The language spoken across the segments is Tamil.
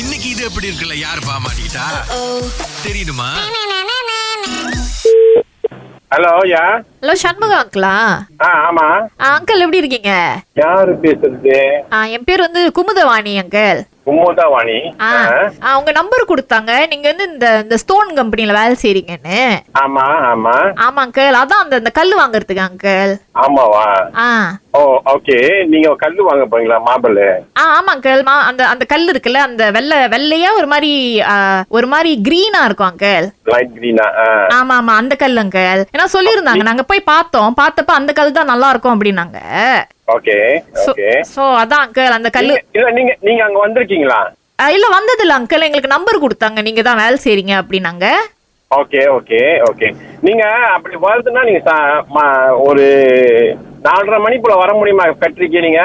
இன்னைக்கு இது எப்படி இருக்குல்ல யார் பாமாட்டா தெரியுமா ஹலோ யா ஹலோ சண்முகம் அங்கிளா ஆ ஆமா அங்கிள் எப்படி இருக்கீங்க யாரு பேசுறது ஆ, என் பேர் வந்து குமுதவாணி அங்கிள் உம்மோதா வாணி ஆ ஆ, உங்க நம்பர் கொடுத்தாங்க நீங்க வந்து இந்த இந்த ஸ்டோன் கம்பெனில வேலை செய்றீங்கன்னு ஆமா ஆமா ஆமா அங்கிள் அதான் அந்த இந்த கல் வாங்குறதுக்கு அங்கிள் ஆமாவா ஆ ஓ ஓகே நீங்க கல்லு வாங்க போறீங்களா மார்பிள் ஆ ஆமா அங்கிள் மா அந்த அந்த கல் இருக்குல்ல அந்த வெள்ளை வெள்ளையா ஒரு மாதிரி ஆ, ஒரு மாதிரி கிரீனா இருக்கும் அங்கிள் லைட் கிரீனா ஆமா ஆமா அந்த கல் அங்கிள் ஏன்னா சொல்லியிருந்தாங்க நாங்க போய் பார்த்தோம் பார்த்தப்ப அந்த கல் தான் நல்லா இருக்கும் அப்படின்னாங்க ஓகே ஓகே சோ அதான் அங்கிள் அந்த கல்லு இல்ல நீங்க நீங்க அங்க வந்திருக்கீங்களா ஆ, இல்ல வந்ததில்ல அங்கிள் எங்களுக்கு நம்பர் கொடுத்தாங்க நீங்க தான் வேலை செய்றீங்க அப்படின்னாங்க ஓகே ஓகே ஓகே நீங்க அப்படி வருதுன்னா நீங்க சா- ம- ஒரு நாலரை மணி போல வர முடியுமா ஃபேக்டரிக்கு நீங்க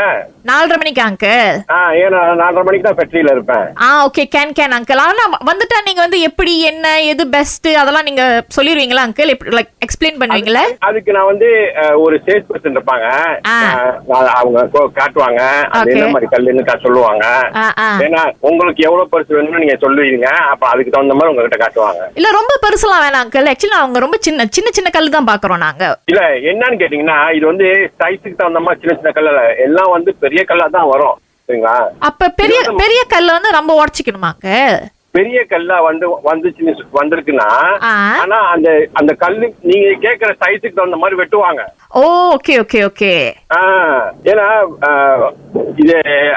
நாலரை மணிக்கு அங்கிள் ஆ ஏன்னா நாலரை மணிக்கு தான் ஃபேக்டரியில இருப்பேன் ஆ ஓகே கேன் கேன் அங்கிள் ஆனா வந்துட்டா நீங்க வந்து எப்படி என்ன எது பெஸ்ட் அதெல்லாம் நீங்க சொல்லிருவீங்களா அங்கிள் எப்படி லைக் எக்ஸ்பிளைன் பண்ணுவீங்களா அதுக்கு நான் வந்து அஹ், ஒரு சேல்ஸ் பர்சன் இருப்பாங்க ஆ. அஹ், நான் அவங்க கோ- காட்டுவாங்க அது Okay. என்ன மாதிரி கல்லுன்னு கா- சொல்லுவாங்க ஆ, ஆ. ஏன்னா உங்களுக்கு எவ்வளவு பர்ஸ் வேணும்னு நீங்க சொல்லுவீங்க அப்ப அதுக்கு தகுந்த மாதிரி உங்ககிட்ட காட்டுவாங்க இல்ல ரொம்ப பெருசெல்லாம் வேணாம் அங்கிள் ஆக்சுவலி அவங்க ரொம்ப சின்ன சின்ன சின்ன கல் தான் பாக்குறோம் நாங்க இல்ல என்னன்னு கேட்டீங்கன்னா இது வந்து சைஸுக்கு தகுந்த மாதிரி சின்ன சின்ன கல்லு இல்ல. எல்லாம் வந்து பெரிய கல்லா தான் வரும் சரிங்களா அப்ப பெரிய இருபது- பெரிய கல்ல வந்து ரொம்ப உடச்சிக்கணுமா அங்கிள் பெரிய கல்லா வந்து வந்துச்சுன்னு சொ- வந்திருக்குன்னா ஆ. ஆனா அந்த அந்த கல்லு நீங்க கேக்குற சைஸுக்கு தகுந்த மாதிரி வெட்டுவாங்க ஓ ஓகே ஓகே ஓகே ஆ, ஏன்னா ஆ, இது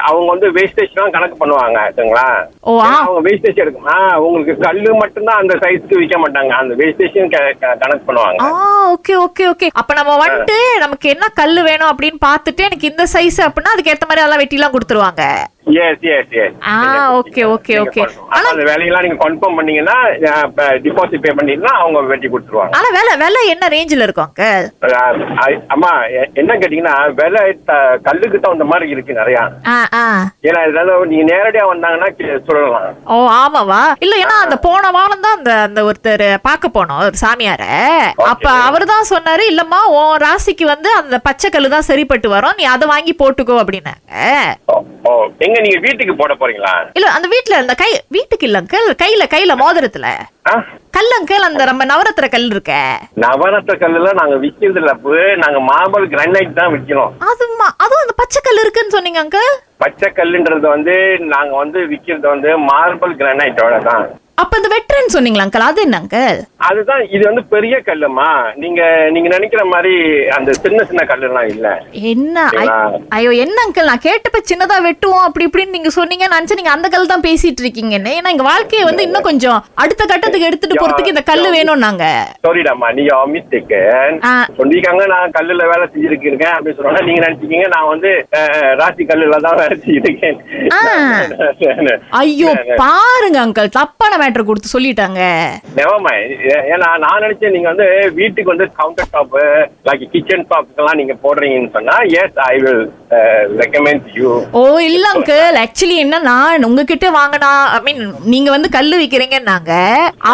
அவங்க வந்து வேஸ்டேஜ் தான் கணக்கு பண்ணுவாங்க சரிங்களா ஓ, ஆ. ஏன்னா அவங்க வேஸ்டேஜ் எடுக்கும் ஆ உங்களுக்கு கல்லு மட்டும்தான் அந்த சைஸ்க்கு விற்க மாட்டாங்க அந்த வேஸ்டேஜும் கணக்கு பண்ணுவாங்க ஆ ஓகே ஓகே ஓகே அப்ப நம்ம வந்துட்டு நமக்கு என்ன கல் வேணும் அப்படின்னு பார்த்துட்டு எனக்கு இந்த சைஸ் அப்படின்னா அதுக்கு ஏத்த மாதிரி அதெல்லாம் வெட்டிலாம் கொடுத்துருவாங்க எஸ் எஸ் எஸ் ஆ, okay, okay, okay. ஆனா- அந்த வேலையெல்லாம் நீங்க கன்ஃபார்ம் பண்ணீங்கன்னா டிபாசிட் பே பண்ணீங்கன்னா அவங்க வெட்டி கொடுத்துருவாங்க ஆனா விலை விலை என்ன ரேஞ்சில் இருக்கும் அங்கிள் ஆ, ஐ- அம்மா எ- என்ன கேட்டீங்கன்னா விலை த- கல்லுக்கு தகுந்த மாதிரி இருக்கு நிறைய ஆ ஆ ஏன்னா இதெல்லாம் நீங்க நேரடியா வந்தாங்கன்னா கே- சொல்லலாம் ஓ ஆமாவா இல்ல ஏன்னா அந்த போன வாரம் தான் அந்த அந்த ஒருத்தர் பார்க்க போனோம் ஒரு சாமியார அப்ப அவர் தான் சொன்னாரு இல்லம்மா உன் ராசிக்கு வந்து அந்த பச்சை கல்லு தான் சரிப்பட்டு வரும் நீ அதை வாங்கி போட்டுக்கோ அப்படின்னாங்க ஓ, ஓ எங்க நீங்க வீட்டுக்கு போட போறீங்களா இல்ல அந்த வீட்ல அந்த கை வீட்டுக்கு இல்ல அங்கிள் கையில கையில மோதிரத்துல ஆ கல் அங்கிள் அந்த நம்ம நவரத்திர கல் இருக்க நவரத்த கல்லுல நாங்க விக்கிறது இல்ல அப்பு நாங்க மார்பிள் கிரானைட் தான் விக்கிறோம் அது மா- அதுவும் அந்த பச்சை கல் இருக்குன்னு சொன்னீங்க அங்கிள் பச்சை கல்லுன்றது வந்து நாங்க வந்து விக்கிறது வந்து மார்பிள் கிரானைட்டோட தான் அப்ப இந்த வெட்டரன் சொன்னீங்களா அங்கிள் அது என்ன அங்கிள் அதுதான் இது வந்து பெரிய கல்லுமா நீங்க நீங்க நினைக்கிற மாதிரி அந்த சின்ன சின்ன கல்லுலாம் இல்ல என்ன ஐ- ஐயோ என்ன அங்கிள் நான் கேட்டப்ப சின்னதா வெட்டுவோம் அப்படி இப்படின்னு நீங்க சொன்னீங்க நான் நினைச்சேன் நீங்க அந்த கல் தான் பேசிட்டு இருக்கீங்கன்னு ஏன்னா எங்க வாழ்க்கையை வந்து இன்னும் கொஞ்சம் அடுத்த கட்டத்துக்கு எடுத்துட்டு போறதுக்கு இந்த கல் வேணும் நாங்க சாரிடாமா நீங்க மிஸ்டேக் ஆ. சொல்லிருக்காங்க நான் கல்லுல வேலை செஞ்சிருக்கேன் அப்படின்னு சொன்னா நீங்க நினைச்சீங்க நான் வந்து அஹ், ராசி கல்லுல தான் வேலை செஞ்சிருக்கேன் ஐயோ பாருங்க அங்கிள் தப்பான மேட்டர் கொடுத்து சொல்லிட்டாங்க நெவமா ஏன்னா நான் நினைச்சேன் நீங்க வந்து வீட்டுக்கு வந்து கவுண்டர் டாப் லைக் கிச்சன் டாப்க்கெல்லாம் நீங்க போடுறீங்கன்னு சொன்னா yes I will uh, recommend you oh இல்ல அங்கிள் ஆக்சுவலி என்ன நான் உங்ககிட்ட வாங்கினா ஐ மீன் நீங்க வந்து கல் விக்கிறீங்கன்னாங்க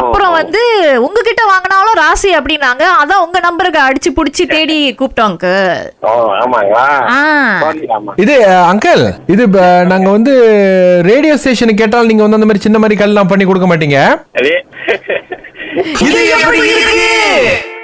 அப்புறம் வந்து உங்ககிட்ட வாங்கினாலும் ராசி அப்படின்னாங்க அதான் உங்க நம்பருக்கு அடிச்சு புடிச்சு தேடி கூப்பிட்டோம் அங்கிள் ஆமாங்களா ஆ Sorry, ஆமா இது அங்கிள் இது ப- நாங்க வந்து ரேடியோ ஸ்டேஷனுக்கு கேட்டாலும் நீங்க வந்து அந்த மாதிரி சின்ன மாதிரி கல்லாம் பண்ணி கொடுக்க மாட்டீங்க அதே இது எப்படி இருக்கு